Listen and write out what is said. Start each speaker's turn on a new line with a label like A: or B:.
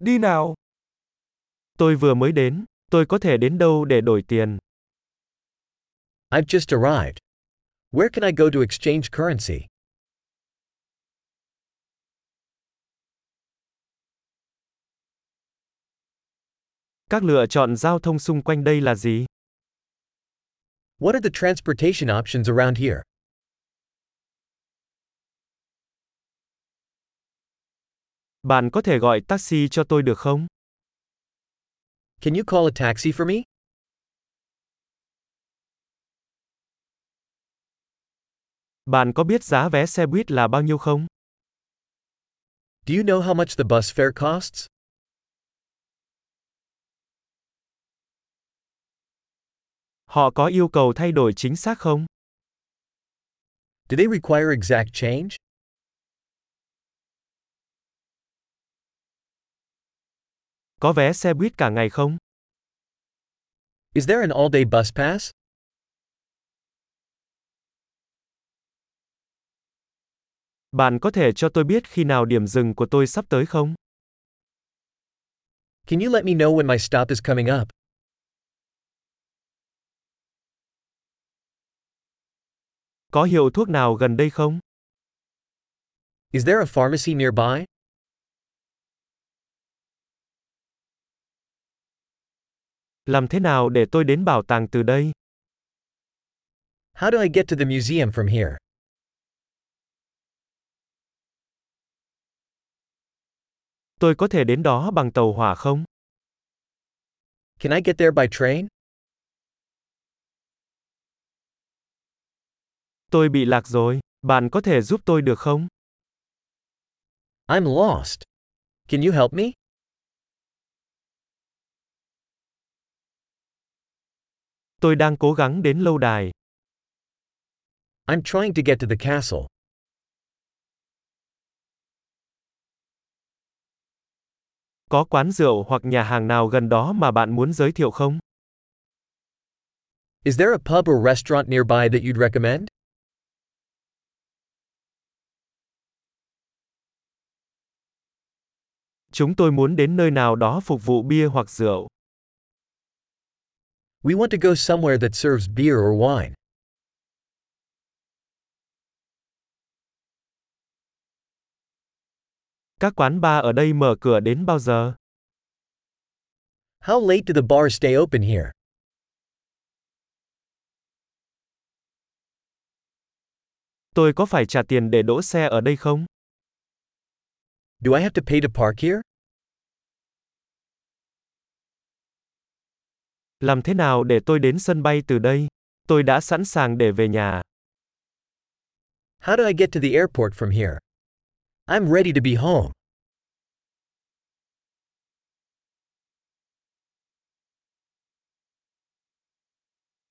A: đi nào.
B: Tôi vừa mới đến, tôi có thể đến đâu để đổi tiền?
C: I've just arrived. Where can I go to exchange currency?
B: Các lựa chọn giao thông xung quanh đây là gì?
C: What are the transportation options around here?
B: Bạn có thể gọi taxi cho tôi được không?
C: Can you call a taxi for me?
B: Bạn có biết giá vé xe buýt là bao nhiêu không?
C: Do you know how much the bus fare costs?
B: Họ có yêu cầu thay đổi chính xác không?
C: Do they require exact change?
B: Có vé xe buýt cả ngày không?
C: Is there an all-day bus pass?
B: Bạn có thể cho tôi biết khi nào điểm dừng của tôi sắp tới không?
C: Can you let me know when my stop is coming up?
B: Có hiệu thuốc nào gần đây không?
C: Is there a pharmacy nearby?
B: Làm thế nào để tôi đến bảo tàng từ đây?
C: How do I get to the museum from here?
B: Tôi có thể đến đó bằng tàu hỏa không?
C: Can I get there by train?
B: Tôi bị lạc rồi, bạn có thể giúp tôi được không?
C: I'm lost. Can you help me?
B: Tôi đang cố gắng đến lâu đài.
C: I'm trying to get to the castle.
B: Có quán rượu hoặc nhà hàng nào gần đó mà bạn muốn giới thiệu không?
C: Is there a pub or restaurant nearby that you'd recommend?
B: Chúng tôi muốn đến nơi nào đó phục vụ bia hoặc rượu.
C: We want to go somewhere that serves beer or wine.
B: Các quán bar ở đây mở cửa đến bao giờ?
C: How late do the bars stay open here?
B: Tôi có phải trả tiền để đỗ xe ở đây không?
C: Do I have to pay to park here?
B: Làm thế nào để tôi đến sân bay từ đây? Tôi đã sẵn sàng để về nhà.
C: How do I get to the airport from here? I'm ready to be home.